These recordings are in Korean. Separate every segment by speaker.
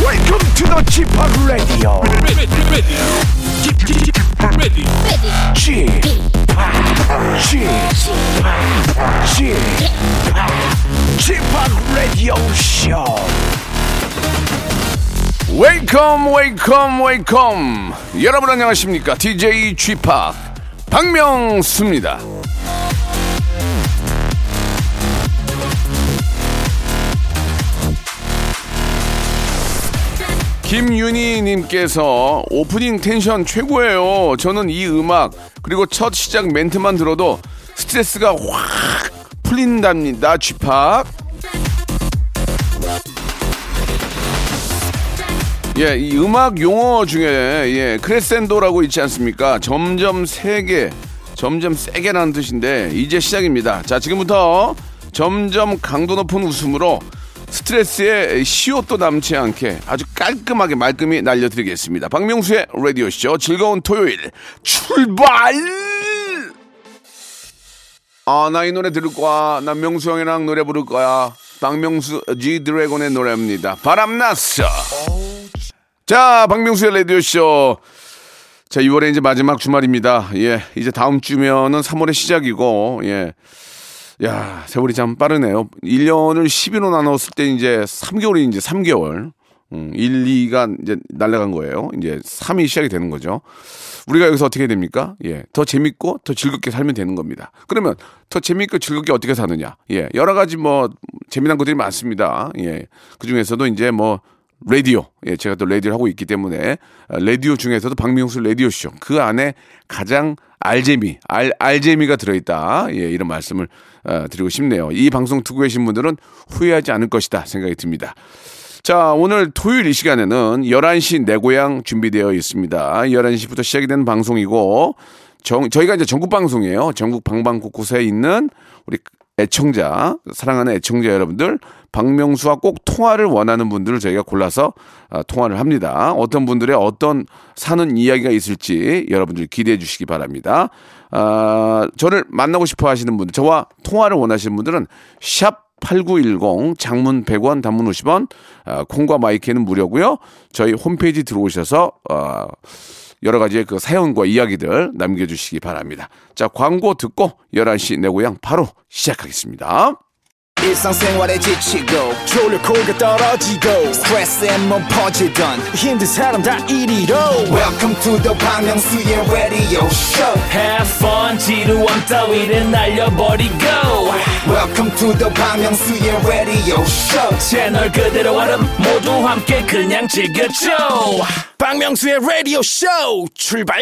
Speaker 1: Welcome to the g p o p Radio.
Speaker 2: ready, ready, ready, ready.
Speaker 1: g p o p G p o p Radio Show.
Speaker 3: 웨이컴 웨이컴 웨이컴 여러분 안녕하십니까 DJ g p o p 박명수입니다 김윤희님께서 오프닝 텐션 최고예요 저는 이 음악 그리고 첫 시작 멘트만 들어도 스트레스가 확 풀린답니다 g p o p 예, 이 음악 용어 중에 예, 크레센도라고 있지 않습니까? 점점 세게, 점점 세게라는 뜻인데 이제 시작입니다. 자, 지금부터 점점 강도 높은 웃음으로 스트레스에 시옷도 남지 않게 아주 깔끔하게 말끔히 날려드리겠습니다. 박명수의 라디오 쇼 즐거운 토요일 출발! 아, 나 이 노래 들을 거야. 나 명수 형이랑 노래 부를 거야. 박명수 G 드래곤의 노래입니다. 바람났어. 자, 박명수의 라디오쇼. 자, 6월에 이제 마지막 주말입니다. 예, 이제 다음 주면은 3월의 시작이고, 예. 야, 세월이 참 빠르네요. 1년을 10일로 나눴을 때 이제 3개월이 이제 3개월. 음, 1, 2가 이제 날아간 거예요. 이제 3이 시작이 되는 거죠. 우리가 여기서 어떻게 해야 됩니까? 예. 더 재밌고 더 즐겁게 살면 되는 겁니다. 그러면 더 재밌고 즐겁게 어떻게 사느냐? 예. 여러 가지 뭐 재미난 것들이 많습니다. 예. 그 중에서도 이제 뭐 라디오. 예. 제가 또 라디오를 하고 있기 때문에 아, 라디오 중에서도 박명수 라디오쇼. 그 안에 가장 알재미, 알, 알재미가 들어있다. 예, 이런 말씀을 아, 드리고 싶네요. 이 방송 듣고 계신 분들은 후회하지 않을 것이다 생각이 듭니다. 자, 오늘 토요일 이 시간에는 11시 내 고향 준비되어 있습니다. 11시부터 시작이 되는 방송이고, 정- 저희가 이제 전국 방송이에요. 전국 방방곳곳에 있는 우리 애청자, 사랑하는 애청자 여러분들, 박명수와 꼭 통화를 원하는 분들을 저희가 골라서 아, 통화를 합니다. 어떤 분들의 어떤 사는 이야기가 있을지 여러분들 기대해 주시기 바랍니다. 아, 저를 만나고 싶어 하시는 분들, 저와 통화를 원하시는 분들은 샵 8910 장문 100원 단문 50원 아, 콩과 마이크는 무료고요. 저희 홈페이지 들어오셔서 어, 여러 가지의 그 사연과 이야기들 남겨주시기 바랍니다. 자 광고 듣고 11시 내 고향 바로 시작하겠습니다.
Speaker 4: 일상생활에 지치고,
Speaker 1: 졸려 코가 떨어지고
Speaker 4: 스트레스에 몸 퍼지던,
Speaker 1: 힘든 사람 다 이리로.
Speaker 4: welcome to the Bang Myung-soo's radio show
Speaker 5: Have fun 지루함 따위를 날려버리고
Speaker 4: welcome to the Bang Myung-soo's radio show
Speaker 5: 채널 그대로 얼음 모두 함께 그냥 즐겨줘
Speaker 1: 박명수의 라디오 쇼 출발!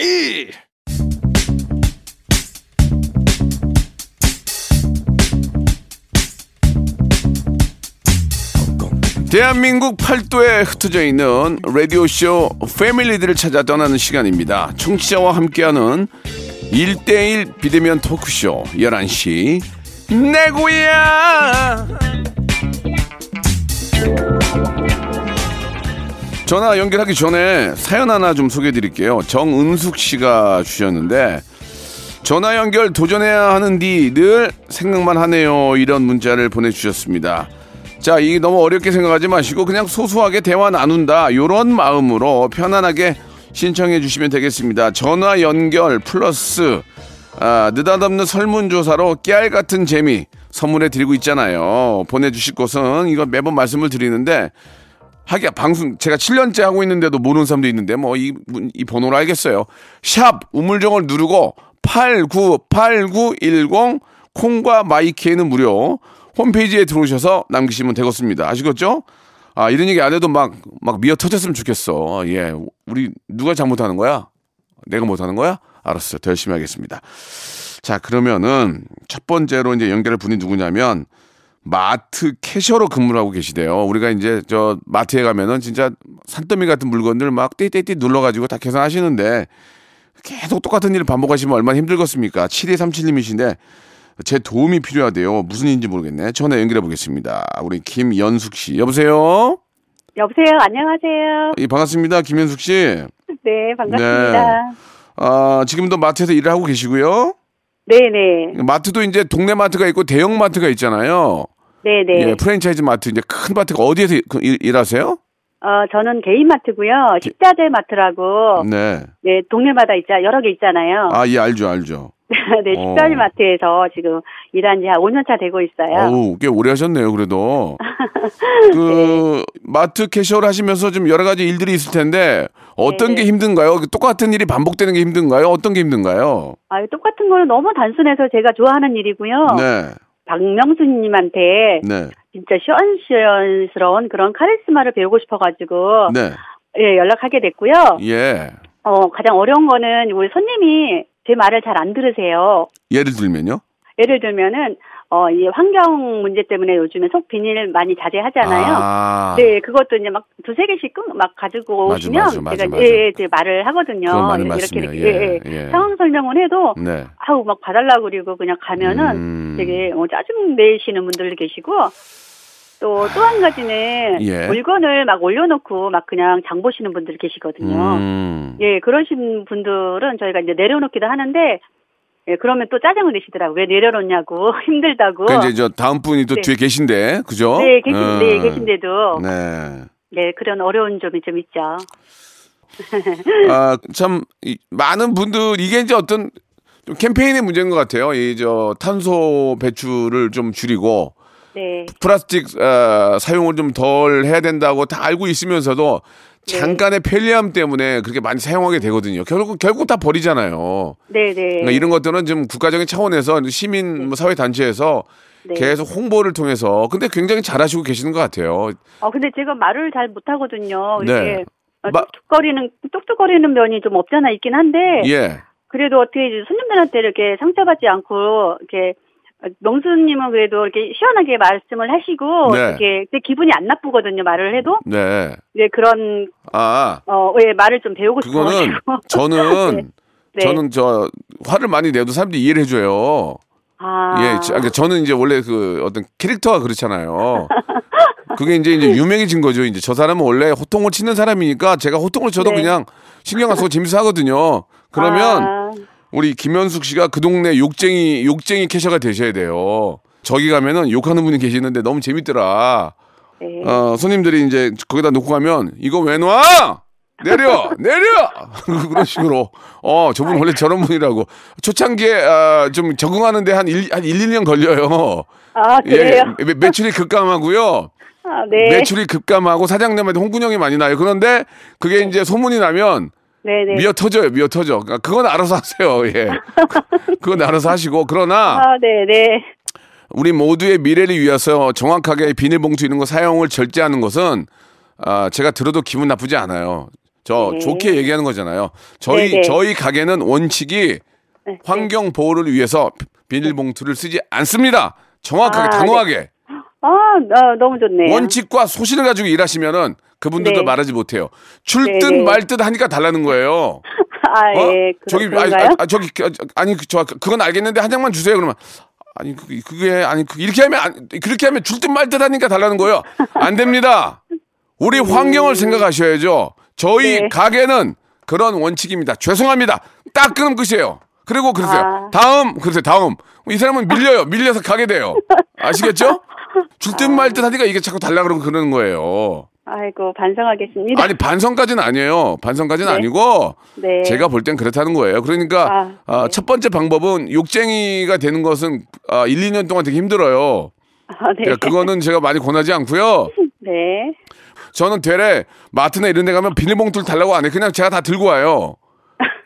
Speaker 3: 대한민국 팔도에 흩어져 있는 라디오쇼 패밀리들을 찾아 떠나는 시간입니다. 청취자와 함께하는 1대1 비대면 토크쇼 11시 내 고향 전화 연결하기 전에 사연 하나 좀 소개해 드릴게요. 정은숙 씨가 주셨는데 전화 연결 도전해야 하는디 늘 생각만 하네요. 이런 문자를 보내주셨습니다. 자, 이게 너무 어렵게 생각하지 마시고 그냥 소소하게 대화 나눈다. 요런 마음으로 편안하게 신청해 주시면 되겠습니다. 전화 연결 플러스 아, 느닷없는 설문조사로 깨알 같은 재미 선물해 드리고 있잖아요. 보내주실 곳은 이거 매번 말씀을 드리는데 하기야 방송 제가 7년째 하고 있는데도 모르는 사람도 있는데 뭐 이 이 번호를 알겠어요. 샵 우물정을 누르고 898910 콩과 마이키에는 무료 홈페이지에 들어오셔서 남기시면 되겠습니다. 아시겠죠? 아 이런 얘기 안 해도 막 막 미어 터졌으면 좋겠어. 예, 우리 누가 잘못하는 거야? 내가 못하는 거야? 알았어, 더 열심히 하겠습니다. 자 그러면은 첫 번째로 이제 연결할 분이 누구냐면 마트 캐셔로 근무를 하고 계시대요. 우리가 이제 저 마트에 가면은 진짜 산더미 같은 물건들 막 띠띠띠 눌러가지고 다 계산하시는데 계속 똑같은 일을 반복하시면 얼마나 힘들겠습니까? 7237님이신데 제 도움이 필요하대요. 무슨 일인지 모르겠네. 전화 연결해 보겠습니다. 우리 김연숙 씨. 여보세요?
Speaker 6: 여보세요. 안녕하세요.
Speaker 3: 예, 반갑습니다. 김연숙 씨.
Speaker 6: 네, 반갑습니다.
Speaker 3: 아, 지금도 마트에서 일을 하고 계시고요.
Speaker 6: 네, 네.
Speaker 3: 마트도 이제 동네 마트가 있고 대형 마트가 있잖아요.
Speaker 6: 네, 네.
Speaker 3: 예, 프랜차이즈 마트 이제 큰 마트가 어디에서 그 일- 일- 일하세요?
Speaker 6: 어, 저는 개인마트고요.
Speaker 3: 예.
Speaker 6: 식자재 마트라고
Speaker 3: 네.
Speaker 6: 네, 동네마다 있자 여러 개 있잖아요.
Speaker 3: 아, 예, 알죠, 알죠.
Speaker 6: 네,
Speaker 3: 어.
Speaker 6: 식자재 마트에서 지금 일한 지 한 5년 차 되고 있어요.
Speaker 3: 어우, 꽤 오래 하셨네요, 그래도. 그,
Speaker 6: 네.
Speaker 3: 마트 캐셔를 하시면서 좀 여러 가지 일들이 있을 텐데, 어떤
Speaker 6: 네.
Speaker 3: 게 힘든가요? 똑같은 일이 반복되는 게 힘든가요? 어떤 게 힘든가요?
Speaker 6: 아, 똑같은 거는 너무 단순해서 제가 좋아하는 일이고요.
Speaker 3: 네,
Speaker 6: 박명수님한테
Speaker 3: 네,
Speaker 6: 진짜 시원시원스러운 그런 카리스마를 배우고 싶어가지고
Speaker 3: 네.
Speaker 6: 예, 연락하게 됐고요.
Speaker 3: 예.
Speaker 6: 어, 가장 어려운 거는 우리 손님이 제 말을 잘 안 들으세요.
Speaker 3: 예를 들면요?
Speaker 6: 예를 들면은 어, 이 환경 문제 때문에 요즘에 속 비닐 많이 자제하잖아요.
Speaker 3: 아,
Speaker 6: 네, 그것도 이제 막 두세 개씩 끊- 막 가지고
Speaker 3: 맞아,
Speaker 6: 오시면
Speaker 3: 맞아, 맞아,
Speaker 6: 제가
Speaker 3: 맞아.
Speaker 6: 예, 예, 이제 말을 하거든요.
Speaker 3: 그건 맞는
Speaker 6: 이렇게
Speaker 3: 말씀이에요.
Speaker 6: 이렇게
Speaker 3: 예, 예.
Speaker 6: 상황 설명을 해도
Speaker 3: 네.
Speaker 6: 아우 막 봐달라고 그리고 그냥 가면은
Speaker 3: 음,
Speaker 6: 되게 뭐 짜증 내시는 분들 계시고 또 또 한 가지는
Speaker 3: 예.
Speaker 6: 물건을 막 올려놓고 막 그냥 장 보시는 분들 계시거든요.
Speaker 3: 음.
Speaker 6: 예, 그러신 분들은 저희가 이제 내려놓기도 하는데 예, 그러면 또 짜증을 내시더라고 요왜 내려놓냐고 힘들다고.
Speaker 3: 그러니까 이제 저 다음 분이 또
Speaker 6: 네.
Speaker 3: 뒤에 계신데, 그죠?
Speaker 6: 네, 계신,
Speaker 3: 음.
Speaker 6: 네, 계신데도
Speaker 3: 네.
Speaker 6: 네, 그런 어려운 점이 좀 있죠.
Speaker 3: 아, 참, 이, 많은 분들, 이게 이제 어떤 좀 캠페인의 문제인 것 같아요. 이 저 탄소 배출을 좀 줄이고,
Speaker 6: 네.
Speaker 3: 플라스틱 어, 사용을 좀 덜 해야 된다고 다 알고 있으면서도
Speaker 6: 네.
Speaker 3: 잠깐의 편리함 때문에 그렇게 많이 사용하게 되거든요. 결국, 결국 다 버리잖아요.
Speaker 6: 네, 네.
Speaker 3: 그러니까 이런 것들은 지금 국가적인 차원에서 시민 뭐 사회 단체에서
Speaker 6: 네.
Speaker 3: 계속 홍보를 통해서 근데 굉장히 잘하시고 계시는 것 같아요.
Speaker 6: 어, 근데 제가 말을 잘 못하거든요. 이렇게
Speaker 3: 네.
Speaker 6: 어,
Speaker 3: 마-
Speaker 6: 뚝뚝거리는 뚝뚝거리는 면이 좀 없잖아 있긴 한데
Speaker 3: 예.
Speaker 6: 그래도 어떻게 이제 손님들한테 이렇게 상처받지 않고 이렇게 어, 명수님은 그래도 이렇게 시원하게 말씀을 하시고
Speaker 3: 네.
Speaker 6: 이렇게 근데 기분이 안 나쁘거든요 말을 해도
Speaker 3: 네.
Speaker 6: 네 그런
Speaker 3: 아,
Speaker 6: 어예 말을 좀 배우고
Speaker 3: 그거는 예,
Speaker 6: 싶어가지고
Speaker 3: 저는
Speaker 6: 네.
Speaker 3: 저는 저 화를 많이 내도 사람들이 이해를 해줘요.
Speaker 6: 아,
Speaker 3: 예, 저- 그러니까 저는 이제 원래 그 어떤 캐릭터가 그렇잖아요. 그게 이제 이제 유명해진 거죠. 이제 저 사람은 원래 호통을 치는 사람이니까 제가 호통을 쳐도
Speaker 6: 네.
Speaker 3: 그냥 신경 안 쓰고 재밌어 하거든요. 그러면
Speaker 6: 아,
Speaker 3: 우리 김현숙 씨가 그 동네 욕쟁이 욕쟁이 캐셔가 되셔야 돼요. 저기 가면은 욕하는 분이 계시는데 너무 재밌더라.
Speaker 6: 네.
Speaker 3: 어, 손님들이 이제 거기다 놓고 가면 이거 왜 놔? 내려 내려 그런 식으로 어 저분 원래 저런 분이라고 초창기에 아, 좀 적응하는데 한 일 한 1, 2년 걸려요
Speaker 6: 아 그래요
Speaker 3: 예, 매- 매출이 급감하고요
Speaker 6: 아, 네
Speaker 3: 매출이 급감하고 사장님한테 홍군형이 많이 나요 그런데 그게
Speaker 6: 네.
Speaker 3: 이제 소문이 나면
Speaker 6: 네네
Speaker 3: 미어 터져요, 미어 터져. 그러니까 그건 알아서 하세요. 예. 그건 알아서 하시고 그러나
Speaker 6: 아 네네
Speaker 3: 우리 모두의 미래를 위해서 정확하게 비닐봉투 이런 거 사용을 절제하는 것은 아, 제가 들어도 기분 나쁘지 않아요. 저
Speaker 6: 네.
Speaker 3: 좋게 얘기하는 거잖아요. 저희
Speaker 6: 네, 네.
Speaker 3: 저희 가게는 원칙이
Speaker 6: 네,
Speaker 3: 환경 보호를 위해서 비닐봉투를 쓰지 않습니다. 정확하게
Speaker 6: 아,
Speaker 3: 단호하게
Speaker 6: 아, 아 너무 좋네요
Speaker 3: 원칙과 소신을 가지고 일하시면은 그분들도
Speaker 6: 네.
Speaker 3: 말하지 못해요.
Speaker 6: 네, 네.
Speaker 3: 출듯 말듯 하니까 달라는 거예요.
Speaker 6: 아,
Speaker 3: 어?
Speaker 6: 예. 그,
Speaker 3: 저기
Speaker 6: 런가요
Speaker 3: 아니, 아니, 저기 그, 저, 아니 그, 저 그건 알겠는데 한 장만 주세요 그러면 아니 그, 그게 아니 그, 이렇게 하면 안, 그렇게 하면 줄듯 말듯 하니까 달라는 거예요 안 됩니다 우리 환경을 생각하셔야죠 저희
Speaker 6: 음. 네.
Speaker 3: 가게는 그런 원칙입니다 죄송합니다 딱 끊으면 끝이에요 그리고 그러세요
Speaker 6: 아.
Speaker 3: 다음 그러세요 다음 이 사람은 밀려요 밀려서 가게 돼요 아시겠죠 줄듯 말듯 하니까 이게 자꾸 달라 그러고 그러는 거예요
Speaker 6: 아이고, 반성하겠습니다.
Speaker 3: 아니 반성까지는 아니에요 반성까지는
Speaker 6: 네.
Speaker 3: 아니고
Speaker 6: 네.
Speaker 3: 제가 볼 땐 그렇다는 거예요. 그러니까
Speaker 6: 아,
Speaker 3: 아, 첫 번째 방법은 욕쟁이가 되는 것은 아, 1, 2년 동안 되게 힘들어요.
Speaker 6: 아, 네.
Speaker 3: 그러니까 그거는 제가 많이 권하지 않고요.
Speaker 6: 네.
Speaker 3: 저는 되레 마트나 이런 데 가면 비닐봉투를 달라고 안 해요. 그냥 제가 다 들고 와요.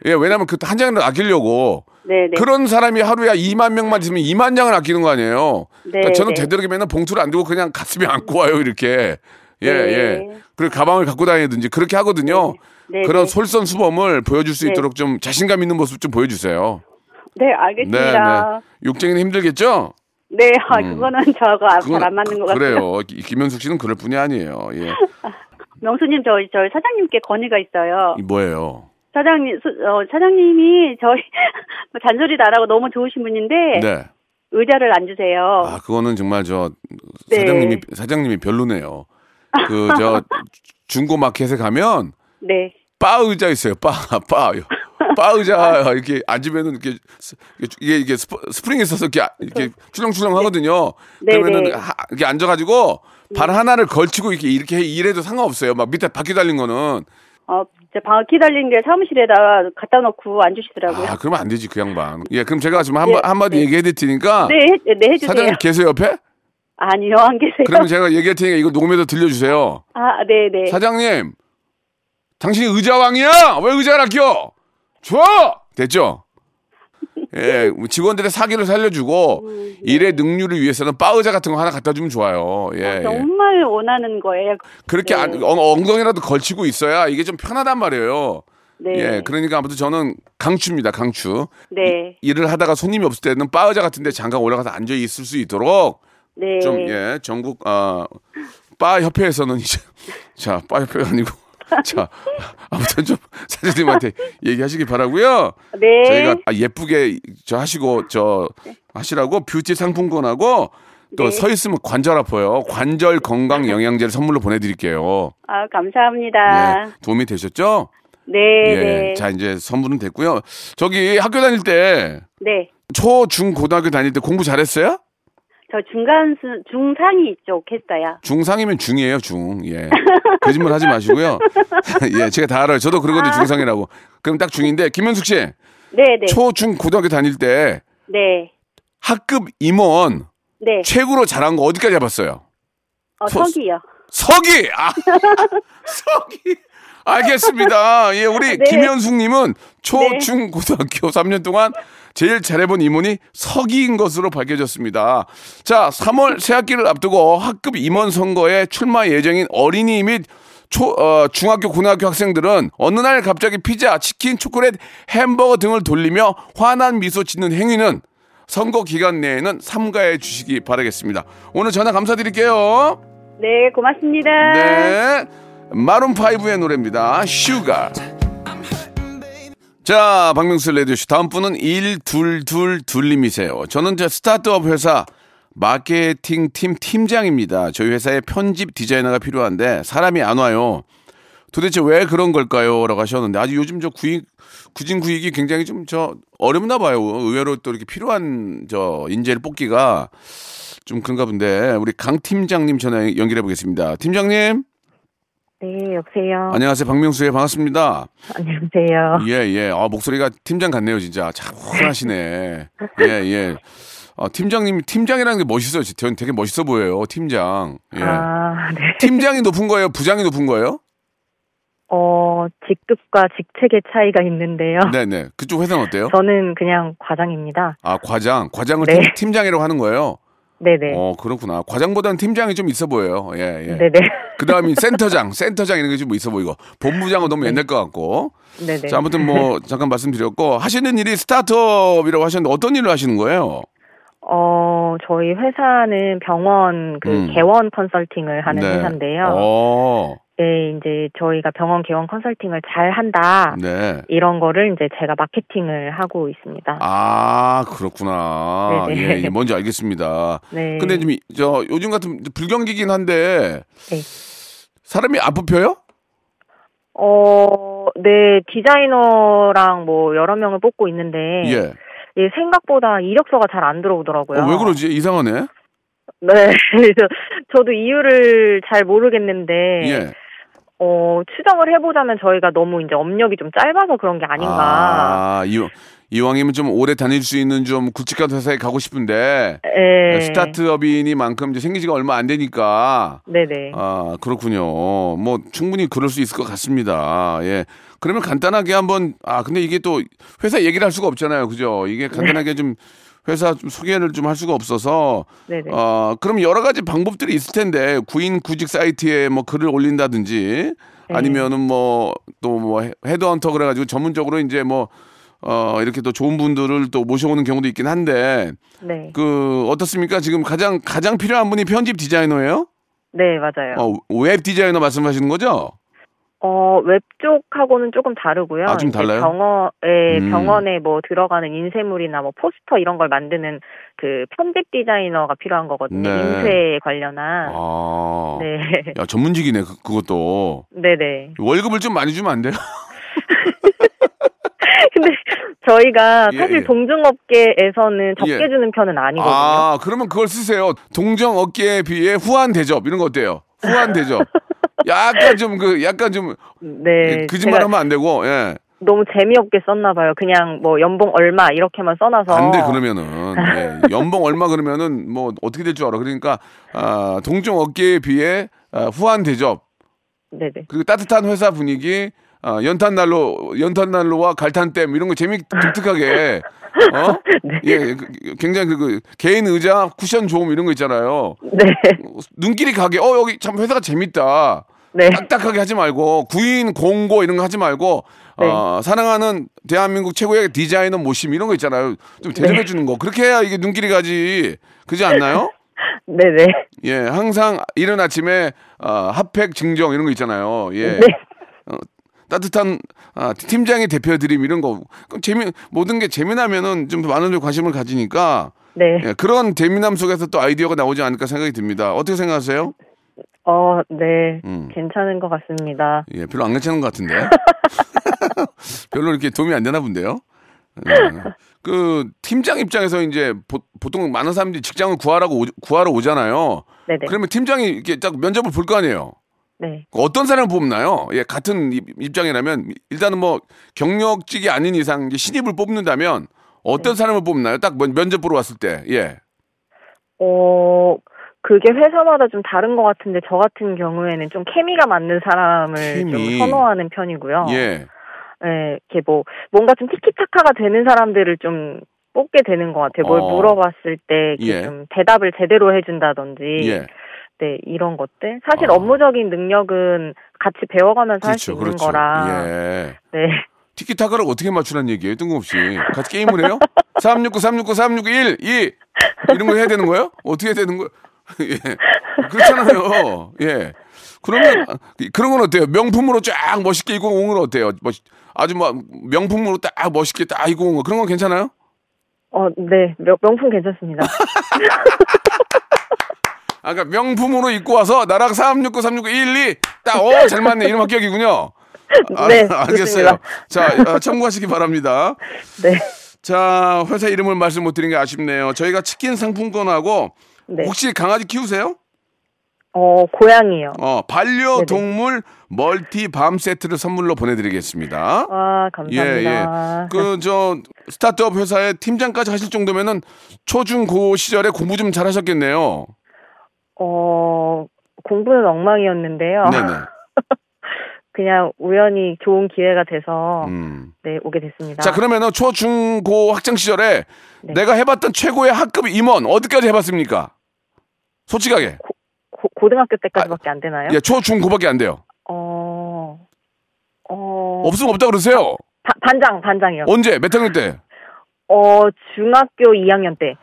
Speaker 3: 예, 왜냐면 그 한 장을 아끼려고.
Speaker 6: 네, 네.
Speaker 3: 그런 사람이 하루에 2만 명만 있으면 2만 장을 아끼는 거 아니에요. 그러니까
Speaker 6: 네,
Speaker 3: 저는
Speaker 6: 네.
Speaker 3: 되도록이면 봉투를 안 들고 그냥 가슴에 안고 와요, 이렇게. 예,
Speaker 6: 네.
Speaker 3: 예. 그리고 가방을 갖고 다니든지 그렇게 하거든요.
Speaker 6: 네,
Speaker 3: 그런
Speaker 6: 네.
Speaker 3: 솔선수범을 보여줄 수
Speaker 6: 네.
Speaker 3: 있도록 좀 자신감 있는 모습 좀 보여주세요.
Speaker 6: 네,
Speaker 3: 네,
Speaker 6: 알겠습니다.
Speaker 3: 네. 욕쟁이는 힘들겠죠?
Speaker 6: 네, 아, 그거는 저하고
Speaker 3: 그건
Speaker 6: 잘 안 맞는 것 같아요.
Speaker 3: 그래요. 이- 김현숙 씨는 그럴 뿐이 아니에요. 예.
Speaker 6: 명수님, 저희, 저희 사장님께 건의가 있어요.
Speaker 3: 이 뭐예요?
Speaker 6: 사장님, 수- 어, 사장님이 저희 잔소리도 안 하고 너무 좋으신 분인데
Speaker 3: 네.
Speaker 6: 의자를 안 주세요.
Speaker 3: 아, 그거는 정말 저
Speaker 6: 네.
Speaker 3: 사장님이 사장님이 별로네요. 그 저 중고 마켓에 가면
Speaker 6: 네.
Speaker 3: 바 의자 있어요. 바, 바. 바 의자 이렇게 앉으면은 이렇게 스- 이게 이게 스프, 스프링이 있어서 이렇게 아- 이렇게 출렁출렁 하거든요.
Speaker 6: 네,
Speaker 3: 그러면은
Speaker 6: 네.
Speaker 3: 하- 이렇게 앉아가지고 발 하나를 걸치고 이렇게 이렇게 일해도 상관없어요. 막 밑에 바퀴 달린 거는
Speaker 6: 어, 이제 바퀴 달린 게 사무실에다 갖다 놓고 앉으시더라고요.
Speaker 3: 아 그러면 안 되지 그 양반. 예 그럼 제가 지금 한
Speaker 6: 네,
Speaker 3: 번 한마디
Speaker 6: 네.
Speaker 3: 얘기해 드릴 테니까
Speaker 6: 네, 해, 네, 해주세요.
Speaker 3: 아, 사장님 계세요 옆에?
Speaker 6: 아니요, 안 계세요.
Speaker 3: 그러면 제가 얘기할 테니까 이거 녹음해서 들려주세요.
Speaker 6: 아, 네, 네.
Speaker 3: 사장님, 당신이 의자왕이야? 왜 의자를 아껴? 줘! 됐죠? 예, 직원들의 사기를 살려주고,
Speaker 6: 음, 네.
Speaker 3: 일의 능률을 위해서는 빠의자 같은 거 하나 갖다 주면 좋아요. 예. 예.
Speaker 6: 정말 원하는 거예요.
Speaker 3: 그렇게
Speaker 6: 네.
Speaker 3: 안- 어, 엉- 엉덩이라도 걸치고 있어야 이게 좀 편하단 말이에요.
Speaker 6: 네.
Speaker 3: 예, 그러니까 아무튼 저는 강추입니다, 강추.
Speaker 6: 네.
Speaker 3: 일을 하다가 손님이 없을 때는 빠의자 같은데 잠깐 올라가서 앉아 있을 수 있도록
Speaker 6: 네.
Speaker 3: 좀 예 전국 아바 협회에서는 이제 자바 협회가 아니고 자 아무튼 좀 사장님한테 얘기하시기 바라고요.
Speaker 6: 네.
Speaker 3: 저희가 아, 예쁘게 저 하시고 저 하시라고 뷰티 상품권하고 또
Speaker 6: 네.
Speaker 3: 서 있으면 관절 아파요. 관절 건강 영양제를 선물로 보내드릴게요.
Speaker 6: 아,
Speaker 3: 예,
Speaker 6: 감사합니다.
Speaker 3: 도움이 되셨죠?
Speaker 6: 네,
Speaker 3: 예.
Speaker 6: 네.
Speaker 3: 자 이제 선물은 됐고요. 저기 학교 다닐 때
Speaker 6: 네.
Speaker 3: 초, 중, 고등학교 다닐 때 공부 잘했어요?
Speaker 6: 저 중간 수, 중상이 쪽 했어요.
Speaker 3: 중상이면 중이에요, 중. 예. 거짓말 하지 마시고요. 예, 제가 다 알아요. 저도 그러거든요, 중상이라고. 그럼 딱 중인데, 김현숙 씨,
Speaker 6: 네, 네.
Speaker 3: 초, 중, 고등학교 다닐 때
Speaker 6: 네.
Speaker 3: 학급 임원
Speaker 6: 네.
Speaker 3: 최고로 잘한 거 어디까지 해봤어요?
Speaker 6: 어,
Speaker 3: 소-
Speaker 6: 석이요.
Speaker 3: 서기! 아, 서기! 알겠습니다. 예, 우리
Speaker 6: 네.
Speaker 3: 김현숙님은 초,
Speaker 6: 네.
Speaker 3: 중, 고등학교 3년 동안 제일 잘해본 임원이 서기인 것으로 밝혀졌습니다. 자, 3월 새학기를 앞두고 학급 임원 선거에 출마 예정인 어린이 및 초, 어, 중학교, 고등학교 학생들은 어느 날 갑자기 피자, 치킨, 초콜릿, 햄버거 등을 돌리며 환한 미소 짓는 행위는 선거 기간 내에는 삼가해 주시기 바라겠습니다. 오늘 전화 감사드릴게요.
Speaker 6: 네, 고맙습니다.
Speaker 3: 네. 마룬파이브의 노래입니다. 슈가. 자, 박명수 레디오씨. 다음 분은 1222님이세요. 저는 저 스타트업 회사 마케팅 팀 팀장입니다. 저희 회사에 편집 디자이너가 필요한데 사람이 안 와요. 도대체 왜 그런 걸까요? 라고 하셨는데 아주 요즘 저 구익, 구진 구익이 굉장히 좀 저 어렵나 봐요. 의외로 또 이렇게 필요한 저 인재를 뽑기가 좀 그런가 본데 우리 강 팀장님 전화 연결해 보겠습니다. 팀장님
Speaker 7: 네, 여보세요.
Speaker 3: 안녕하세요 박명수예 반갑습니다.
Speaker 7: 안녕하세요.
Speaker 3: 예 예. 아 목소리가 팀장 같네요 진짜 차분하시네. 예 예. 아 팀장님 팀장이라는 게 멋있어요. 저는 되게 멋있어 보여요 팀장. 예.
Speaker 7: 아, 네.
Speaker 3: 팀장이 높은 거예요? 부장이 높은 거예요?
Speaker 7: 어, 직급과 직책의 차이가 있는데요.
Speaker 3: 네네. 그쪽 회사는 어때요?
Speaker 7: 아. 저는 그냥 과장입니다.
Speaker 3: 아 과장 과장을
Speaker 7: 네.
Speaker 3: 팀, 장이라고 하는 거예요.
Speaker 7: 네네.
Speaker 3: 어 그렇구나. 과장보다는 팀장이 좀 있어 보여요. 예 예.
Speaker 7: 네네.
Speaker 3: 그 다음이 센터장 센터장 이런 게 좀 있어 보이고 본부장은 너무 옛날 것 같고.
Speaker 7: 네네.
Speaker 3: 자, 아무튼 뭐 잠깐 말씀드렸고 하시는 일이 스타트업이라고 하셨는데 어떤 일로 하시는 거예요?
Speaker 7: 어, 저희 회사는 병원 그
Speaker 3: 음.
Speaker 7: 개원 컨설팅을 하는
Speaker 3: 네.
Speaker 7: 회사인데요.
Speaker 3: 어,
Speaker 7: 네, 이제 저희가 병원 개원 컨설팅을 잘 한다.
Speaker 3: 네.
Speaker 7: 이런 거를 이제 제가 마케팅을 하고 있습니다.
Speaker 3: 아, 그렇구나.
Speaker 7: 네, 네.
Speaker 3: 예, 예, 뭔지 알겠습니다.
Speaker 7: 네.
Speaker 3: 근데 지금 이- 저 요즘 같은 불경기긴 한데
Speaker 7: 네.
Speaker 3: 사람이 안 뽑혀요?
Speaker 7: 어, 네, 디자이너랑 뭐 여러 명을 뽑고 있는데
Speaker 3: 예.
Speaker 7: 예, 생각보다 이력서가 잘 안
Speaker 3: 어,
Speaker 7: 들어오더라고요.
Speaker 3: 왜 그러지? 이상하네.
Speaker 7: 네, 그래서 저도 이유를 잘 모르겠는데,
Speaker 3: 예.
Speaker 7: 어, 추정을 해보자면 저희가 너무 이제 업력이 좀 짧아서 그런 게 아닌가.
Speaker 3: 아, 이왕 이왕이면 좀 오래 다닐 수 있는 좀 굵직한 회사에 가고 싶은데 그러니까
Speaker 7: 예.
Speaker 3: 스타트업이니만큼 이제 생긴 지가 얼마 안 되니까
Speaker 7: 네네.
Speaker 3: 아, 그렇군요. 뭐, 충분히 그럴 수 있을 것 같습니다. 예. 그러면 간단하게 한번, 아, 근데 이게 또 회사 얘기를 할 수가 없잖아요. 그죠? 이게
Speaker 7: 네.
Speaker 3: 간단하게 좀 회사 좀 소개를 좀 할 수가 없어서,
Speaker 7: 네네.
Speaker 3: 어, 그럼 여러 가지 방법들이 있을 텐데, 구인 구직 사이트에 뭐 글을 올린다든지,
Speaker 7: 네.
Speaker 3: 아니면은 뭐, 또 뭐, 헤- 헤드헌터 그래가지고 전문적으로 이제 뭐, 어, 이렇게 또 좋은 분들을 또 모셔오는 경우도 있긴 한데,
Speaker 7: 네.
Speaker 3: 그, 어떻습니까? 지금 가장, 가장 필요한 분이 편집 디자이너예요?
Speaker 7: 네, 맞아요. 어,
Speaker 3: 어, 웹 디자이너 말씀하시는 거죠?
Speaker 7: 웹 쪽하고는 조금 다르고요.
Speaker 3: 아, 좀
Speaker 7: 이제
Speaker 3: 달라요?
Speaker 7: 병원, 예,
Speaker 3: 음.
Speaker 7: 병원에 뭐 들어가는 인쇄물이나 뭐 포스터 이런 걸 만드는 그 편집 디자이너가 필요한 거거든요.
Speaker 3: 네.
Speaker 7: 인쇄에 관련한.
Speaker 3: 아.
Speaker 7: 네.
Speaker 3: 야, 전문직이네, 그, 그것도.
Speaker 7: 네네.
Speaker 3: 월급을 좀 많이 주면 안 돼요?
Speaker 7: 근데 저희가
Speaker 3: 예,
Speaker 7: 사실
Speaker 3: 예.
Speaker 7: 동중업계에서는 적게
Speaker 3: 예.
Speaker 7: 주는 편은 아니거든요.
Speaker 3: 아, 그러면 그걸 쓰세요. 동정 어깨에 비해 후한 대접 이런 거 어때요? 후한 대접. 약간 좀 그 약간 좀
Speaker 7: 네.
Speaker 3: 예, 그 거짓말
Speaker 7: 제가
Speaker 3: 하면 안 되고 예.
Speaker 7: 너무 재미없게 썼나 봐요. 그냥 뭐 연봉 얼마 이렇게만 써놔서
Speaker 3: 안 돼 그러면은 예. 연봉 얼마 그러면은 뭐 어떻게 될 줄 알아. 그러니까 아, 동정 어깨에 비해 아, 후한 대접
Speaker 7: 네네.
Speaker 3: 그리고 따뜻한 회사 분위기 아, 연탄 난로 연탄 난로와 갈탄댐 이런 거 재미 독특하게 어?
Speaker 7: 네.
Speaker 3: 예, 예, 그- 굉장히 그, 그 개인 의자 쿠션 조음 이런 거 있잖아요.
Speaker 7: 네.
Speaker 3: 눈길이 가게. 어 여기 참 회사가 재밌다.
Speaker 7: 네.
Speaker 3: 딱딱하게 하지 말고 구인 공고 이런 거 하지 말고
Speaker 7: 네.
Speaker 3: 어, 사랑하는 대한민국 최고의 디자이너 모심 이런 거 있잖아요. 좀
Speaker 7: 네.
Speaker 3: 대접해 주는 거. 그렇게 해야 이게 눈길이 가지. 그지 않나요?
Speaker 7: 네네.
Speaker 3: 예, 항상 이른 아침에 어, 핫팩 증정 이런 거 있잖아요. 예.
Speaker 7: 네.
Speaker 3: 따뜻한 아, 팀장이 대표 드림 이런 거 그럼 재미 모든 게 재미나면은 좀 많은 좀 관심을 가지니까
Speaker 7: 네.
Speaker 3: 예, 그런 재미남 속에서 또 아이디어가 나오지 않을까 생각이 듭니다. 어떻게 생각하세요?
Speaker 7: 어, 네.
Speaker 3: 음.
Speaker 7: 괜찮은 것 같습니다.
Speaker 3: 예, 별로 안 괜찮은 것 같은데. 별로 이렇게 도움이 안 되나 본데요. 예. 그 팀장 입장에서 이제 보, 통 많은 사람들이 직장을 구하라고 오- 구하러 오잖아요.
Speaker 7: 네네.
Speaker 3: 그러면 팀장이 이렇게 딱 면접을 볼 거 아니에요.
Speaker 7: 네.
Speaker 3: 어떤 사람을 뽑나요? 예, 같은 입- 입장이라면 일단은 뭐 경력직이 아닌 이상 이제 신입을 뽑는다면 어떤
Speaker 7: 네.
Speaker 3: 사람을 뽑나요? 딱 면- 면접 보러 왔을 때. 예.
Speaker 7: 어, 그게 회사마다 좀 다른 것 같은데 저 같은 경우에는 좀 케미가 맞는 사람을
Speaker 3: 케미.
Speaker 7: 좀 선호하는 편이고요.
Speaker 3: 예.
Speaker 7: 네, 이렇게 뭐 뭔가 좀 티키타카가 되는 사람들을 좀 뽑게 되는 것 같아요. 뭘
Speaker 3: 어.
Speaker 7: 물어봤을 때 이렇게
Speaker 3: 예.
Speaker 7: 좀 대답을 제대로 해준다든지,
Speaker 3: 예.
Speaker 7: 네 이런 것들. 사실
Speaker 3: 어.
Speaker 7: 업무적인 능력은 같이 배워가면서 할 수
Speaker 3: 그렇죠.
Speaker 7: 있는
Speaker 3: 그렇죠.
Speaker 7: 거라.
Speaker 3: 예.
Speaker 7: 네,
Speaker 3: 티키타카를 어떻게 맞추라는 얘기예요? 뜬금없이 같이 게임을 해요? 369, 369, 361, 2 이런 걸 해야 되는 거예요? 어떻게 해야 되는 거예요? 예. 그렇잖아요. 예. 그러면 아, 그런 건 어때요? 명품으로 쫙 멋있게 입고 온 건 어때요? 멋 아주 막 명품으로 딱 멋있게 딱 입고 온 거 그런 건 괜찮아요?
Speaker 7: 어, 네 명, 명품 괜찮습니다.
Speaker 3: 아까 그러니까 명품으로 입고 와서 나랑 369, 369, 1, 2 딱, 어, 잘 맞네. 이런 합격이군요. 아,
Speaker 7: 네,
Speaker 3: 알겠어요.
Speaker 7: 좋습니다.
Speaker 3: 자, 아, 참고하시기 바랍니다.
Speaker 7: 네,
Speaker 3: 자, 회사 이름을 말씀 못 드린 게 아쉽네요. 저희가 치킨 상품권하고
Speaker 7: 네.
Speaker 3: 혹시 강아지 키우세요?
Speaker 7: 어 고양이요.
Speaker 3: 어, 반려동물 멀티 밤 세트를 선물로 보내드리겠습니다.
Speaker 7: 와 감사합니다.
Speaker 3: 예, 그 저 스타트업 회사의 팀장까지 하실 정도면은 초중고 시절에 공부 좀 잘하셨겠네요.
Speaker 7: 어 공부는 엉망이었는데요.
Speaker 3: 네네.
Speaker 7: 그냥 우연히 좋은 기회가 돼서
Speaker 3: 음.
Speaker 7: 네 오게 됐습니다.
Speaker 3: 자 그러면은 초중고 학창 시절에
Speaker 7: 네.
Speaker 3: 내가 해봤던 최고의 학급 임원 어디까지 해봤습니까? 솔직하게.
Speaker 7: 고, 고등학교 때까지밖에 안 되나요?
Speaker 3: 예, 초중고밖에 안 돼요.
Speaker 7: 어, 어, 아, 네.
Speaker 3: 없으면 없다 그러세요.
Speaker 7: 바- 반장, 반장이요.
Speaker 3: 언제? 몇 학년 때?
Speaker 7: 어, 중학교 2학년 때.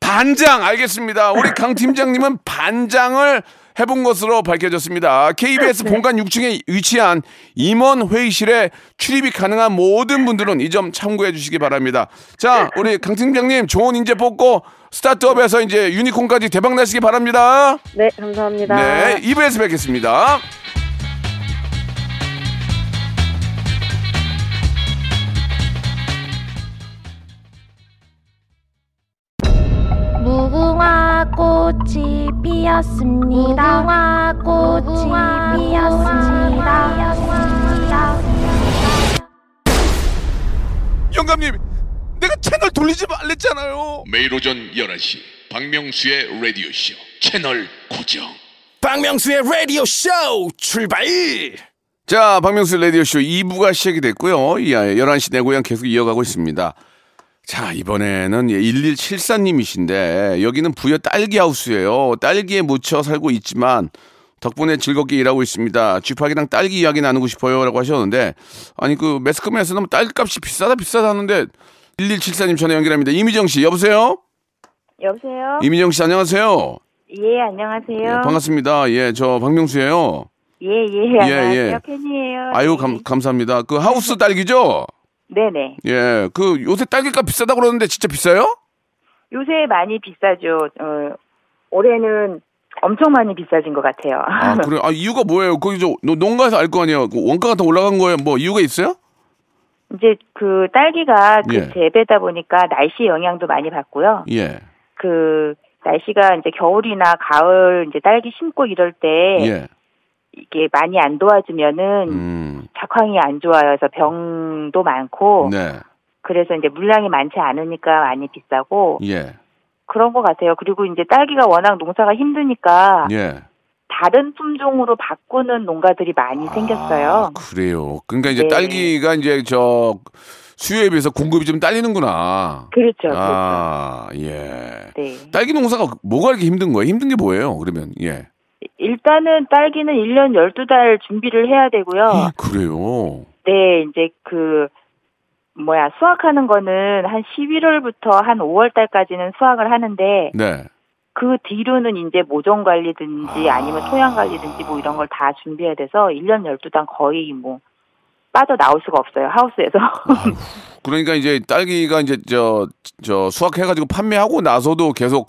Speaker 3: 반장 알겠습니다. 우리 강 팀장님은 반장을 해본 것으로 밝혀졌습니다. KBS 본관 6층에 위치한 임원 회의실에 출입이 가능한 모든 분들은 이 점 참고해 주시기 바랍니다. 자, 우리 강 팀장님 좋은 인재 뽑고 스타트업에서 이제 유니콘까지 대박 나시기 바랍니다.
Speaker 7: 네, 감사합니다.
Speaker 3: 네, 2부에서 뵙겠습니다.
Speaker 8: 무궁화 꽃이 피었습니다. 무궁화 꽃이 피었습니다.
Speaker 3: 영감님, 내가 채널 돌리지 말랬잖아요.
Speaker 2: 매일 오전 11시 박명수의 라디오쇼 채널 고정
Speaker 1: 박명수의 라디오 쇼 출발!
Speaker 3: 자, 박명수 라디오쇼 2부가 시작이 됐고요. 이 11시 내 고향 계속 이어가고 있습니다. 자, 이번에는 1174님이신데, 여기는 부여 딸기하우스예요 딸기에 묻혀 살고 있지만, 덕분에 즐겁게 일하고 있습니다. 쥐파기랑 딸기 이야기 나누고 싶어요. 라고 하셨는데, 아니, 그, 매스컴에서 는 딸기 값이 비싸다, 비싸다 하는데, 1174님 전화 연결합니다. 이미정 씨, 여보세요?
Speaker 9: 여보세요?
Speaker 3: 이미정 씨, 안녕하세요?
Speaker 9: 예,
Speaker 3: 예,
Speaker 9: 안녕하세요.
Speaker 3: 반갑습니다. 예, 저 박명수예요
Speaker 9: 예, 예,
Speaker 3: 예,
Speaker 9: 안녕하세요.
Speaker 3: 예.
Speaker 9: 팬이에요.
Speaker 3: 아유, 감, 감사합니다. 그 하우스 딸기죠?
Speaker 9: 네네.
Speaker 3: 예, 그 요새 딸기값 비싸다 고 그러는데 진짜 비싸요?
Speaker 9: 요새 많이 비싸죠. 어, 올해는 엄청 많이 비싸진 것 같아요.
Speaker 3: 아 그래, 아 이유가 뭐예요? 거기 저 노- 농가에서 알 거 아니에요? 그 원가가 더 올라간 거예요? 뭐 이유가 있어요?
Speaker 9: 이제 그 딸기가 그
Speaker 3: 예.
Speaker 9: 재배다 보니까 날씨 영향도 많이 받고요.
Speaker 3: 예.
Speaker 9: 그 날씨가 이제 겨울이나 가을 이제 딸기 심고 이럴 때
Speaker 3: 예.
Speaker 9: 이게 많이 안 도와주면은
Speaker 3: 음.
Speaker 9: 작황이 안 좋아요. 그래서 병도 많고
Speaker 3: 네.
Speaker 9: 그래서 이제 물량이 많지 않으니까 많이 비싸고
Speaker 3: 예.
Speaker 9: 그런 것 같아요. 그리고 이제 딸기가 워낙 농사가 힘드니까
Speaker 3: 예.
Speaker 9: 다른 품종으로 바꾸는 농가들이 많이
Speaker 3: 아,
Speaker 9: 생겼어요.
Speaker 3: 그래요. 그러니까 이제
Speaker 9: 네.
Speaker 3: 딸기가 이제 저 수요에 비해서 공급이 좀 딸리는구나.
Speaker 9: 그렇죠.
Speaker 3: 아, 예.
Speaker 9: 그렇죠. 네.
Speaker 3: 딸기 농사가 뭐가 이렇게 힘든 거예요? 힘든 게 뭐예요? 그러면 예.
Speaker 9: 일단은 딸기는 1년 12달 준비를 해야
Speaker 3: 예.
Speaker 9: 되고요.
Speaker 3: 그래요.
Speaker 9: 네, 이제 그 뭐야 수확하는 거는 한 11월부터 한 5월 달까지는 수확을 하는데
Speaker 3: 네.
Speaker 9: 그 뒤로는 이제 모종 관리든지
Speaker 3: 아.
Speaker 9: 아니면 토양 관리든지 뭐 이런 걸 다 준비해야 돼서 1년 12단 거의 뭐 빠져 나올 수가 없어요. 하우스에서.
Speaker 3: 그러니까 이제 딸기가 이제 저 저 수확해 가지고 판매하고 나서도 계속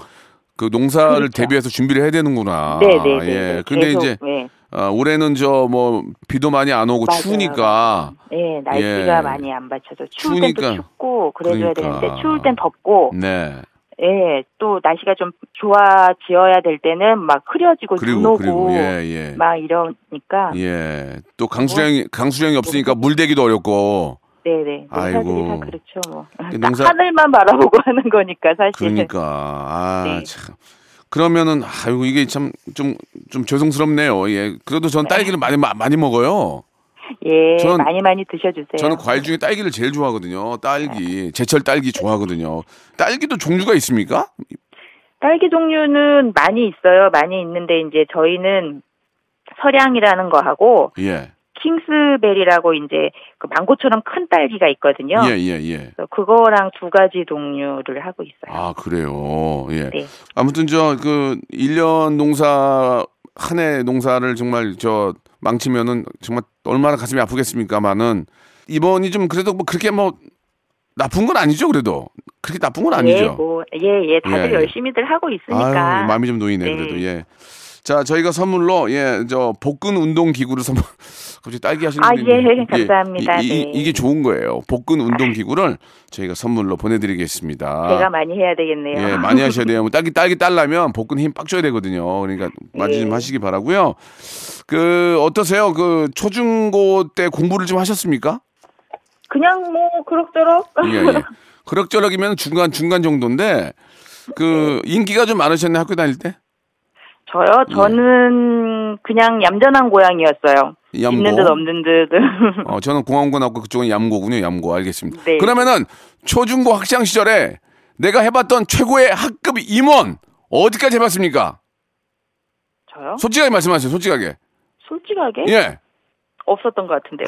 Speaker 3: 그 농사를
Speaker 9: 그렇죠.
Speaker 3: 대비해서 준비를 해야 되는구나.
Speaker 9: 네, 네, 네.
Speaker 3: 예.
Speaker 9: 네.
Speaker 3: 근데
Speaker 9: 계속,
Speaker 3: 이제
Speaker 9: 예.
Speaker 3: 아, 올해는 저 뭐 비도 많이 안 오고
Speaker 9: 맞아요.
Speaker 3: 추우니까
Speaker 9: 예, 날씨가
Speaker 3: 예.
Speaker 9: 많이 안 받쳐서 추울 땐
Speaker 3: 추우니까.
Speaker 9: 또 춥고 그래줘야
Speaker 3: 그러니까.
Speaker 9: 되는데 추울 땐 덥고
Speaker 3: 네.
Speaker 9: 예, 또 날씨가 좀 좋아지어야 될 때는 막 흐려지고 뭐 눈
Speaker 3: 그리고
Speaker 9: 오고
Speaker 3: 그리고 예, 예.
Speaker 9: 막 이러니까
Speaker 3: 예. 또 강수량이 강수량이 없으니까 물 대기도 어렵고.
Speaker 9: 네네 농사들이 다
Speaker 3: 아이고.
Speaker 9: 그렇죠 뭐
Speaker 3: 농사-
Speaker 9: 하늘만 바라보고 하는 거니까 사실은
Speaker 3: 그러니까 아
Speaker 9: 네.
Speaker 3: 참. 그러면은 아이고 이게 참 좀 좀 죄송스럽네요. 예. 그래도 전 딸기를 많이 마- 많이 먹어요.
Speaker 9: 예
Speaker 3: 저는-
Speaker 9: 많이 많이 드셔주세요.
Speaker 3: 저는 과일 중에 딸기를 제일 좋아하거든요. 딸기 제철 딸기 좋아하거든요. 딸기도 종류가 있습니까?
Speaker 9: 딸기 종류는 많이 있어요 많이 있는데 이제 저희는 서량이라는 거 하고
Speaker 3: 예.
Speaker 9: 킹스베리라고 이제 그 망고처럼 큰 딸기가 있거든요.
Speaker 3: 예, 예, 예.
Speaker 9: 그래서 그거랑 두 가지 종류를 하고 있어요.
Speaker 3: 아, 그래요. 예.
Speaker 9: 네.
Speaker 3: 아무튼 저 그 일년 농사 한 해 농사를 정말 저 망치면은 정말 얼마나 가슴이 아프겠습니까마는 이번이 좀 그래도 뭐 그렇게 뭐 나쁜 건 아니죠, 그래도. 그렇게 나쁜 건 아니죠.
Speaker 9: 예, 뭐, 예, 예, 다들
Speaker 3: 예, 예.
Speaker 9: 열심히들 하고 있으니까.
Speaker 3: 아유, 마음이 좀 놓이네
Speaker 9: 네.
Speaker 3: 그래도 예. 자 저희가 선물로 예저 복근 운동 기구를 선물 갑자기 딸기 하시는
Speaker 9: 아,
Speaker 3: 분이 있는데,
Speaker 9: 예, 감사합니다.
Speaker 3: 이, 이,
Speaker 9: 네.
Speaker 3: 게 좋은 거예요. 복근 운동 기구를 저희가 선물로 보내드리겠습니다.
Speaker 9: 제가 많이 해야 되겠네요.
Speaker 3: 예 많이 하셔야 돼요. 뭐 딸기 딸기 딸라면 복근 힘 빡 줘야 되거든요. 그러니까 많이 좀
Speaker 9: 예.
Speaker 3: 하시기 바라고요. 그 어떠세요? 그 초중고 때 공부를 좀 하셨습니까?
Speaker 9: 그냥 뭐 그럭저럭.
Speaker 3: 예, 예. 그럭저럭이면 중간 중간 정도인데 그
Speaker 9: 네.
Speaker 3: 인기가 좀 많으셨나요 학교 다닐 때?
Speaker 9: 저요.
Speaker 3: 예.
Speaker 9: 저는 그냥 얌전한 고양이였어요.
Speaker 3: 얌고?
Speaker 9: 있는 듯 없는 듯.
Speaker 3: 어, 저는 공항고 나왔고 그쪽은 얌고군요. 얌고 알겠습니다.
Speaker 9: 네.
Speaker 3: 그러면은 초중고 학창 시절에 내가 해봤던 최고의 학급 임원 어디까지 해봤습니까?
Speaker 9: 저요?
Speaker 3: 솔직하게 말씀하세요. 솔직하게.
Speaker 9: 솔직하게
Speaker 3: 예. 아,
Speaker 9: 없었던 것 같은데요.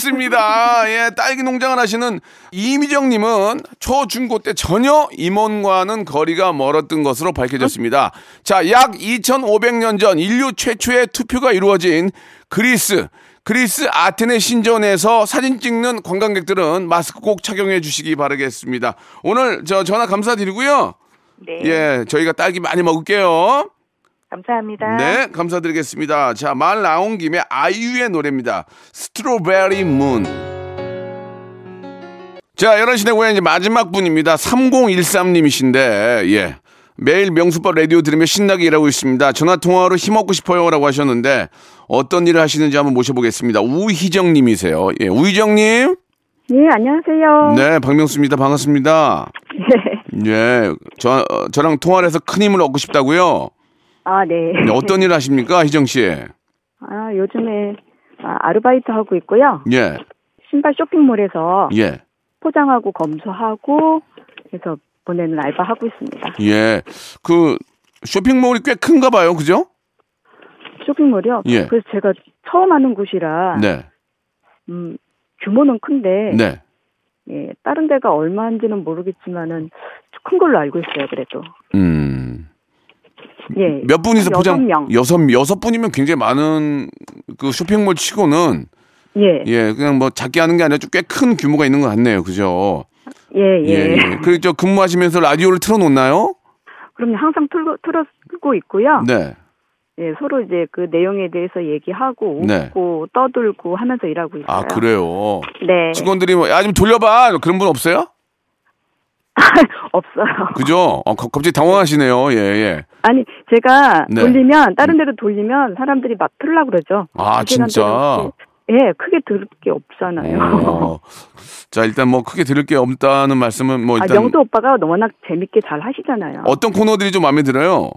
Speaker 3: 알겠습니다. 예, 딸기 농장을 하시는 이미정님은 초중고 때 전혀 임원과는 거리가 멀었던 것으로 밝혀졌습니다. 자, 약 2,500년 전 인류 최초의 투표가 이루어진 그리스. 그리스 아테네 신전에서 사진 찍는 관광객들은 마스크 꼭 착용해 주시기 바라겠습니다. 오늘 저 전화 감사드리고요.
Speaker 9: 네.
Speaker 3: 예, 저희가 딸기 많이 먹을게요.
Speaker 9: 감사합니다.
Speaker 3: 네, 감사드리겠습니다. 자, 말 나온 김에 아이유의 노래입니다. 스트로베리 문. 자, 11시 내고에 이제 마지막 분입니다. 3013님이신데, 예. 매일 명수빠 라디오 들으며 신나게 일하고 있습니다. 전화 통화로 힘얻고 싶어요. 라고 하셨는데, 어떤 일을 하시는지 한번 모셔보겠습니다. 우희정님이세요. 예, 우희정님.
Speaker 6: 네, 안녕하세요.
Speaker 3: 네, 박명수입니다. 반갑습니다. 예, 저, 어, 저랑 통화를 해서 큰 힘을 얻고 싶다고요?
Speaker 6: 아, 네.
Speaker 3: 네, 어떤 일 하십니까, 희정 씨?
Speaker 6: 아, 요즘에 아, 르바이트 하고 있고요.
Speaker 3: 예,
Speaker 6: 신발 쇼핑몰에서
Speaker 3: 예,
Speaker 6: 포장하고 검수하고 그래서 보내는 알바 하고 있습니다.
Speaker 3: 예. 그 쇼핑몰이 꽤 큰가 봐요, 그죠?
Speaker 6: 쇼핑몰이요?
Speaker 3: 예.
Speaker 6: 그래서 제가 처음 하는
Speaker 9: 아,
Speaker 6: 곳이라
Speaker 3: 네,
Speaker 6: 음, 규모는 큰데
Speaker 3: 네.
Speaker 6: 예, 다른 데가 얼마인지는 모르겠지만은 큰 걸로 알고 있어요. 그래도
Speaker 3: 음.
Speaker 9: 네.
Speaker 6: 예.
Speaker 3: 몇 분이서
Speaker 6: 여섯
Speaker 3: 포장?
Speaker 6: 명.
Speaker 3: 여섯 여섯 분이면 굉장히 많은 그 쇼핑몰 치고는
Speaker 9: 네.
Speaker 6: 예.
Speaker 3: 예, 그냥 뭐 작게 하는 게 아니라 좀 꽤 큰 규모가 있는 것 같네요, 그죠?
Speaker 6: 예, 예.
Speaker 3: 그리고 저 근무하시면서 라디오를 틀어놓나요?
Speaker 9: 아.
Speaker 6: 그럼 항상 틀고, 틀고 있고요.
Speaker 3: 네.
Speaker 9: 예, 서로 이제 그 내용에 대해서 얘기하고
Speaker 3: 네.
Speaker 9: 웃고 떠들고 하면서 일하고 있어요.
Speaker 3: 아, 그래요.
Speaker 9: 네.
Speaker 3: 직원들이 뭐, 야, 좀 돌려봐. 그런 분 없어요?
Speaker 9: 없어요.
Speaker 3: 그죠? 어, 갑- 갑자기 당황하시네요. 예, 예.
Speaker 9: 아니, 제가
Speaker 3: 네.
Speaker 9: 돌리면 다른 데로 돌리면 사람들이 막 틀으려고 그러죠.
Speaker 3: 아,
Speaker 9: 시간대로
Speaker 3: 진짜?
Speaker 9: 이렇게. 예, 크게 들을 게 없잖아요.
Speaker 3: 어. 자, 일단 뭐 크게 들을 게 없다는 말씀은 뭐
Speaker 9: 아,
Speaker 3: 일단
Speaker 9: 명도 오빠가 워낙 재밌게 잘 하시잖아요.
Speaker 3: 어떤 코너들이 좀 마음에 들어요?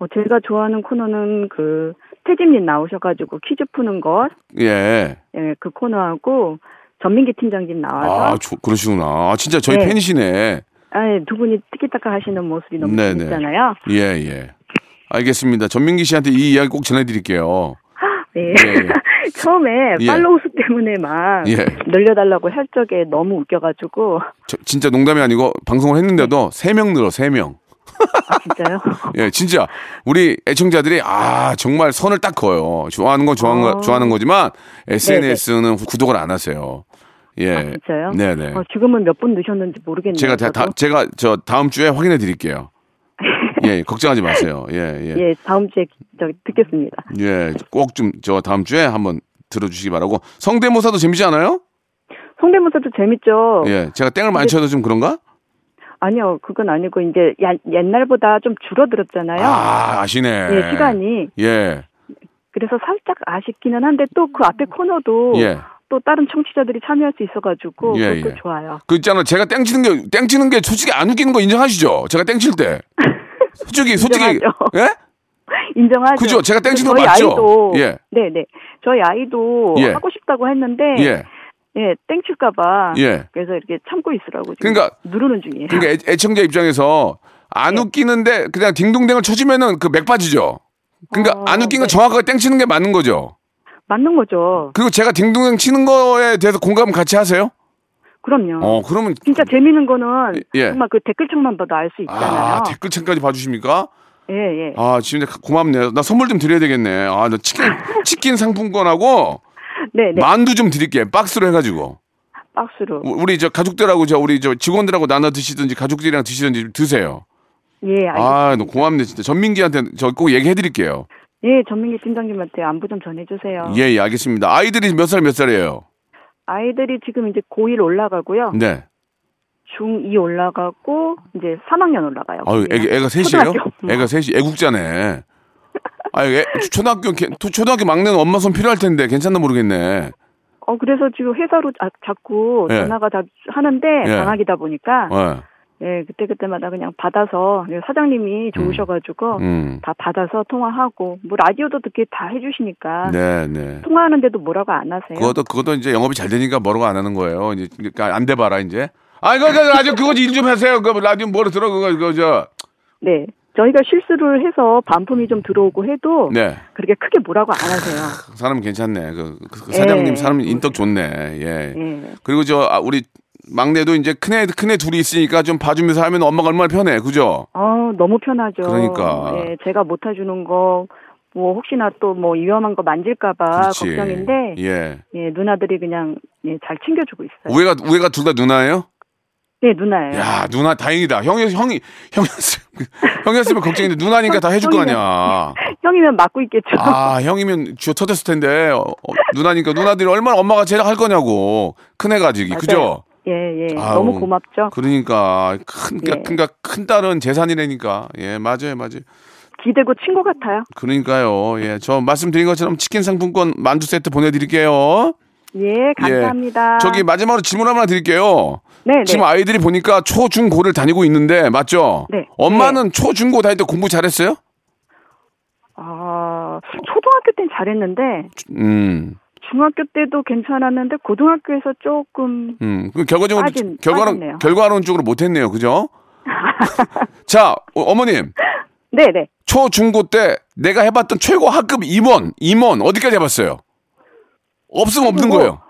Speaker 9: 어, 제가 좋아하는 코너는 그 태진님 나오셔가지고 퀴즈 푸는 것,
Speaker 3: 예.
Speaker 9: 예, 그 코너하고 전민기 팀장님
Speaker 3: 아,
Speaker 9: 나와서
Speaker 3: 조- 그러시구나. 아, 진짜 저희
Speaker 9: 네.
Speaker 3: 팬이시네.
Speaker 9: 아, 두 분이 티키타카 하시는 모습이 너무
Speaker 3: 네네.
Speaker 9: 재밌잖아요.
Speaker 3: 예, 예. 알겠습니다. 전민기 씨한테 이 이야기 꼭 전해드릴게요.
Speaker 9: 네.
Speaker 3: 예, 예.
Speaker 9: 처음에
Speaker 3: 예.
Speaker 9: 팔로우 수 때문에 막
Speaker 3: 예.
Speaker 9: 늘려달라고 할 적에 너무 웃겨가지고
Speaker 3: 저- 진짜 농담이 아니고 방송을 했는데도
Speaker 9: 네.
Speaker 3: 세 명 늘어, 세명
Speaker 9: 아, 진짜요?
Speaker 3: 예, 진짜. 우리 애청자들이, 아, 정말 선을 딱 그어요. 좋아하는 건 좋아하는, 거,
Speaker 9: 어.
Speaker 3: 좋아하는 거지만, SNS는 구독을 안 하세요. 예.
Speaker 9: 네, 아, 진짜요?
Speaker 3: 네네.
Speaker 9: 어, 지금은 몇 분 넣으셨는지 모르겠네요.
Speaker 3: 제가 다, 다-
Speaker 9: 저도.
Speaker 3: 제가 저 다음 주에 확인해 드릴게요. 예, 걱정하지 마세요. 예, 예.
Speaker 9: 예, 다음 주에 저기 듣겠습니다.
Speaker 3: 예, 꼭 좀 저 다음 주에 한번 들어주시기 바라고. 성대모사도 재밌지 않아요?
Speaker 9: 성대모사도 재밌죠.
Speaker 3: 예, 제가 땡을 많이 쳐도 좀 그런가?
Speaker 9: 아니요, 그건 아니고 이제 야- 옛날보다 좀 줄어들었잖아요.
Speaker 3: 아, 아시네.
Speaker 9: 예, 시간이
Speaker 3: 예,
Speaker 9: 그래서 살짝 아쉽기는 한데 또 그 앞에 코너도
Speaker 3: 예.
Speaker 9: 또 다른 청취자들이 참여할 수 있어가지고
Speaker 3: 예,
Speaker 9: 그것도
Speaker 3: 예.
Speaker 9: 좋아요.
Speaker 3: 그 있잖아, 제가 땡 치는 게, 땡 치는 게 솔직히 안 웃기는 거 인정하시죠? 제가 땡 칠 때. 솔직히, 솔직히.
Speaker 9: 인정하죠.
Speaker 3: 예?
Speaker 9: 인정하죠.
Speaker 3: 그죠? 제가 땡치는 거
Speaker 9: 저희
Speaker 3: 맞죠?
Speaker 9: 아이도
Speaker 3: 예.
Speaker 9: 네네 저희 아이도
Speaker 3: 예.
Speaker 9: 하고 싶다고 했는데 예,
Speaker 3: 예.
Speaker 9: 땡칠까봐
Speaker 3: 예.
Speaker 9: 그래서 이렇게 참고 있으라고 지금
Speaker 3: 그러니까-
Speaker 9: 누르는 중이에요.
Speaker 3: 그러니까 애, 애청자 입장에서 안
Speaker 9: 네.
Speaker 3: 웃기는데 그냥 딩동댕을 쳐주면은 그 맥 빠지죠. 그러니까
Speaker 9: 어,
Speaker 3: 안 웃긴 건
Speaker 9: 네.
Speaker 3: 정확하게 땡 치는 게 맞는 거죠.
Speaker 9: 맞는 거죠.
Speaker 3: 그리고 제가 딩동댕 치는 거에 대해서 공감 같이 하세요?
Speaker 9: 그럼요.
Speaker 3: 어, 그러면
Speaker 9: 아, 진짜 재미있는 거는
Speaker 3: 예.
Speaker 9: 정말 그 댓글창만 봐도 알 수 있잖아요.
Speaker 3: 아, 댓글창까지 봐주십니까?
Speaker 9: 예, 예.
Speaker 3: 아, 진짜 가- 고맙네요. 나 선물 좀 드려야 되겠네. 아, 나 치킨, 치킨 상품권하고
Speaker 9: 네, 네.
Speaker 3: 만두 좀 드릴게요. 박스로 해가지고.
Speaker 9: 박수로.
Speaker 3: 우- 우리 저 가족들하고 저 우리 저 직원들하고 나눠 드시든지 가족들이랑 드시든지 좀 드세요.
Speaker 9: 예, 알겠
Speaker 3: 아, 너 고맙네, 진짜. 전민기한테 저 꼭 얘기해드릴게요.
Speaker 9: 예, 전민기 팀장님한테 안부 좀 전해주세요.
Speaker 3: 예, 예, 알겠습니다. 아이들이 몇 살, 몇 살이에요?
Speaker 9: 아이들이 지금 이제 고1 올라가고요.
Speaker 3: 네.
Speaker 9: 중2 올라가고, 이제 3학년 올라가요.
Speaker 3: 아유,
Speaker 9: 거기가.
Speaker 3: 애가, 애가 셋이에요?
Speaker 9: 네. 초등학교. 음.
Speaker 3: 애가 셋이, 애국자네. 아유, 애, 초등학교, 개- 초- 초등학교 막내는 엄마 손 필요할 텐데, 괜찮나 모르겠네.
Speaker 9: 어, 그래서 지금 회사로 자, 자꾸
Speaker 3: 예.
Speaker 9: 전화가 다 하는데,
Speaker 3: 예.
Speaker 9: 방학이다 보니까,
Speaker 3: 예.
Speaker 9: 예, 그때그때마다 그냥 받아서, 예, 사장님이 좋으셔가지고,
Speaker 3: 음.
Speaker 9: 다 받아서 통화하고, 뭐, 라디오도 듣게 다 해주시니까,
Speaker 3: 네, 네.
Speaker 9: 통화하는데도 뭐라고 안 하세요?
Speaker 3: 그것도, 그것도 이제 영업이 잘 되니까 뭐라고 안 하는 거예요. 이제, 그러니까 안 돼봐라, 이제. 아, 이거, 이거, 라디오, 그거 일 좀 하세요. 그 라디오 뭐로 들어, 그거, 그거, 저.
Speaker 9: 네. 저희가 실수를 해서 반품이 좀 들어오고 해도,
Speaker 3: 네.
Speaker 9: 그렇게 크게 뭐라고 안 하세요.
Speaker 3: 사람 괜찮네. 그, 그- 그 사장님,
Speaker 9: 예.
Speaker 3: 사람 인덕 좋네. 예.
Speaker 9: 예.
Speaker 3: 그리고 저, 아, 우리 막내도 이제 큰애, 큰애 둘이 있으니까 좀 봐주면서 하면 엄마가 얼마나 편해. 그죠?
Speaker 9: 아, 너무 편하죠.
Speaker 3: 그러니까.
Speaker 9: 예, 제가 못 해주는 거, 뭐, 혹시나 또 뭐 위험한 거 만질까봐
Speaker 3: 그렇지.
Speaker 9: 걱정인데, 예.
Speaker 3: 예.
Speaker 9: 누나들이 그냥, 예, 잘 챙겨주고 있어요.
Speaker 3: 우애가, 우애가 둘 다 누나예요?
Speaker 9: 네, 누나예요.
Speaker 3: 야, 누나 다행이다. 형이, 형이, 형이었으면, 형이었으면 걱정인데 누나니까 다 해줄 거 아니야.
Speaker 9: 형이면 맞고 있겠죠.
Speaker 3: 아, 형이면 쥐어 터졌을 텐데, 어, 어, 누나니까 누나들이 얼마나 엄마가 제일 할 거냐고. 큰애가 지기.
Speaker 9: 맞아요.
Speaker 3: 그죠?
Speaker 9: 예, 예.
Speaker 3: 아우.
Speaker 9: 너무 고맙죠.
Speaker 3: 그러니까, 큰,
Speaker 9: 예.
Speaker 3: 그러니까 큰 딸은 재산이라니까. 예, 맞아요, 맞아요.
Speaker 9: 기대고 친구 같아요.
Speaker 3: 그러니까요. 예, 저 말씀드린 것처럼 치킨 상품권 만두 세트 보내드릴게요.
Speaker 9: 예, 감사합니다.
Speaker 3: 저기 마지막으로 질문 하나 드릴게요.
Speaker 9: 네,
Speaker 3: 지금
Speaker 9: 네.
Speaker 3: 아이들이 보니까 초, 중, 고를 다니고 있는데, 맞죠?
Speaker 9: 네.
Speaker 3: 엄마는 초, 중, 고 다닐 때 공부 잘했어요?
Speaker 9: 아, 초등학교 땐 잘했는데,
Speaker 3: 음.
Speaker 9: 중학교 때도 괜찮았는데, 고등학교에서 조금,
Speaker 3: 음, 그 결과적으로
Speaker 9: 빠진-
Speaker 3: 결과론
Speaker 9: 빠졌네요.
Speaker 3: 결과론적으로 못했네요, 그죠? 자, 어, 어머님
Speaker 9: 네네.
Speaker 3: 초 중고 때 내가 해봤던 최고 학급 임원 임원 어디까지 해봤어요? 없으면 없는
Speaker 9: 최고고.
Speaker 3: 거예요.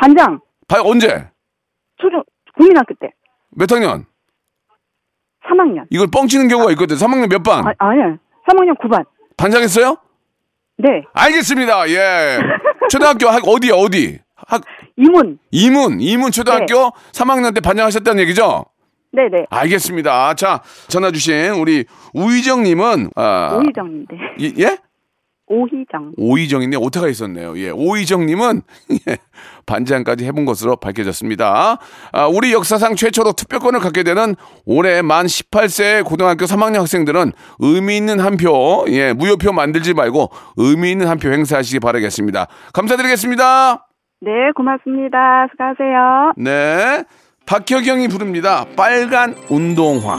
Speaker 9: 반장,
Speaker 3: 바, 언제?
Speaker 9: 초등, 국민학교 때,
Speaker 3: 몇 학년?
Speaker 9: 3학년.
Speaker 3: 이걸 뻥치는 경우가 있거든. 3학년 몇 반?
Speaker 9: 아, 아니요. 3학년 9반.
Speaker 3: 반장했어요?
Speaker 9: 네.
Speaker 3: 알겠습니다. 예. 초등학교 학 어디야 어디? 학
Speaker 9: 이문.
Speaker 3: 이문 이문 초등학교 3학년 때 반장하셨다는 얘기죠?
Speaker 9: 네네.
Speaker 3: 알겠습니다. 자 전화 주신 우리 우희정님은 아,
Speaker 9: 오희정인데.
Speaker 3: 이- 예?
Speaker 6: 오희정.
Speaker 3: 오이정인데 오타가 있었네요. 예, 오이정님은 예, 반장까지 해본 것으로 밝혀졌습니다. 아, 우리 역사상 최초로 투표권을 갖게 되는 올해 만 18세 고등학교 3학년 학생들은 의미 있는 한 표 예, 무효표 만들지 말고 의미 있는 한 표 행사하시기 바라겠습니다. 감사드리겠습니다.
Speaker 6: 네, 고맙습니다. 수고하세요.
Speaker 3: 네, 박혁영이 부릅니다. 빨간 운동화.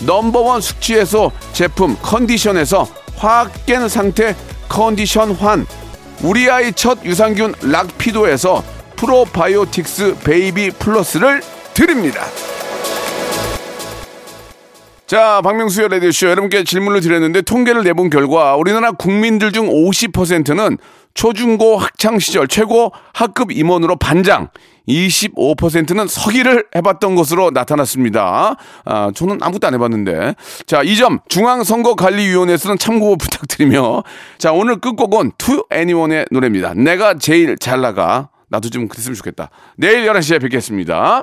Speaker 3: 넘버원 숙취에서 제품 컨디션에서 화학 깬 상태 컨디션 환 우리 아이 첫 유산균 락피도에서 프로바이오틱스 베이비 플러스를 드립니다 자, 박명수의 레디쇼 여러분께 질문을 드렸는데 통계를 내본 결과 우리나라 국민들 중 50%는 초중고 학창 시절 최고 학급 임원으로 반장, 25%는 서기를 해봤던 것으로 나타났습니다. 아, 저는 아무것도 안 해봤는데. 자, 이 점 중앙선거관리위원회에서는 참고 부탁드리며, 자, 오늘 끝곡은 To Anyone의 노래입니다. 내가 제일 잘 나가. 나도 좀 그랬으면 좋겠다. 내일 11시에 뵙겠습니다.